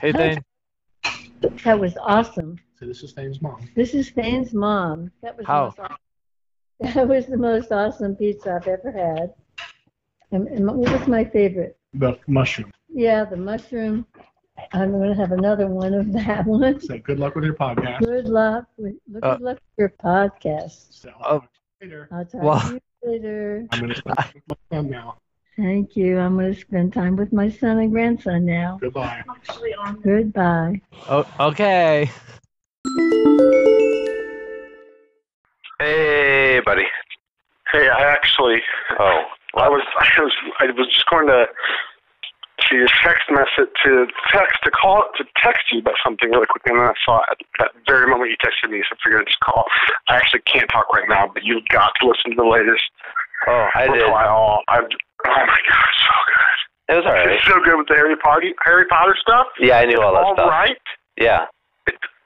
Hey, Thane. That was awesome. So this is Thane's mom. This is Thane's mom. That was How? The most awesome, that was the most awesome pizza I've ever had. And, and what was my favorite? The mushroom. Yeah, the mushroom. I'm going to have another one of that one. So good luck with your podcast. Good luck. With, good Uh, luck with your podcast. So Uh, later. I'll talk Well- to you later. I'm gonna spend it with my son now. Thank you. I'm going to spend time with my son and grandson now. Goodbye. Goodbye. Oh, okay. Hey, buddy. Hey, I actually, Oh, I was, I was, I was just going to to your text message to text to call to text you about something really quickly, and then I saw at that very moment you texted me, so I figured I'd just call. I actually can't talk right now, but you've got to listen to the latest. oh, I did. reply all. I've, oh my god, it's so good! It was alright. It's so good with the Harry Potter Harry Potter stuff. Yeah, I knew all that All stuff. right, Yeah.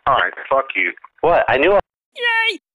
all right, fuck you. What? I knew all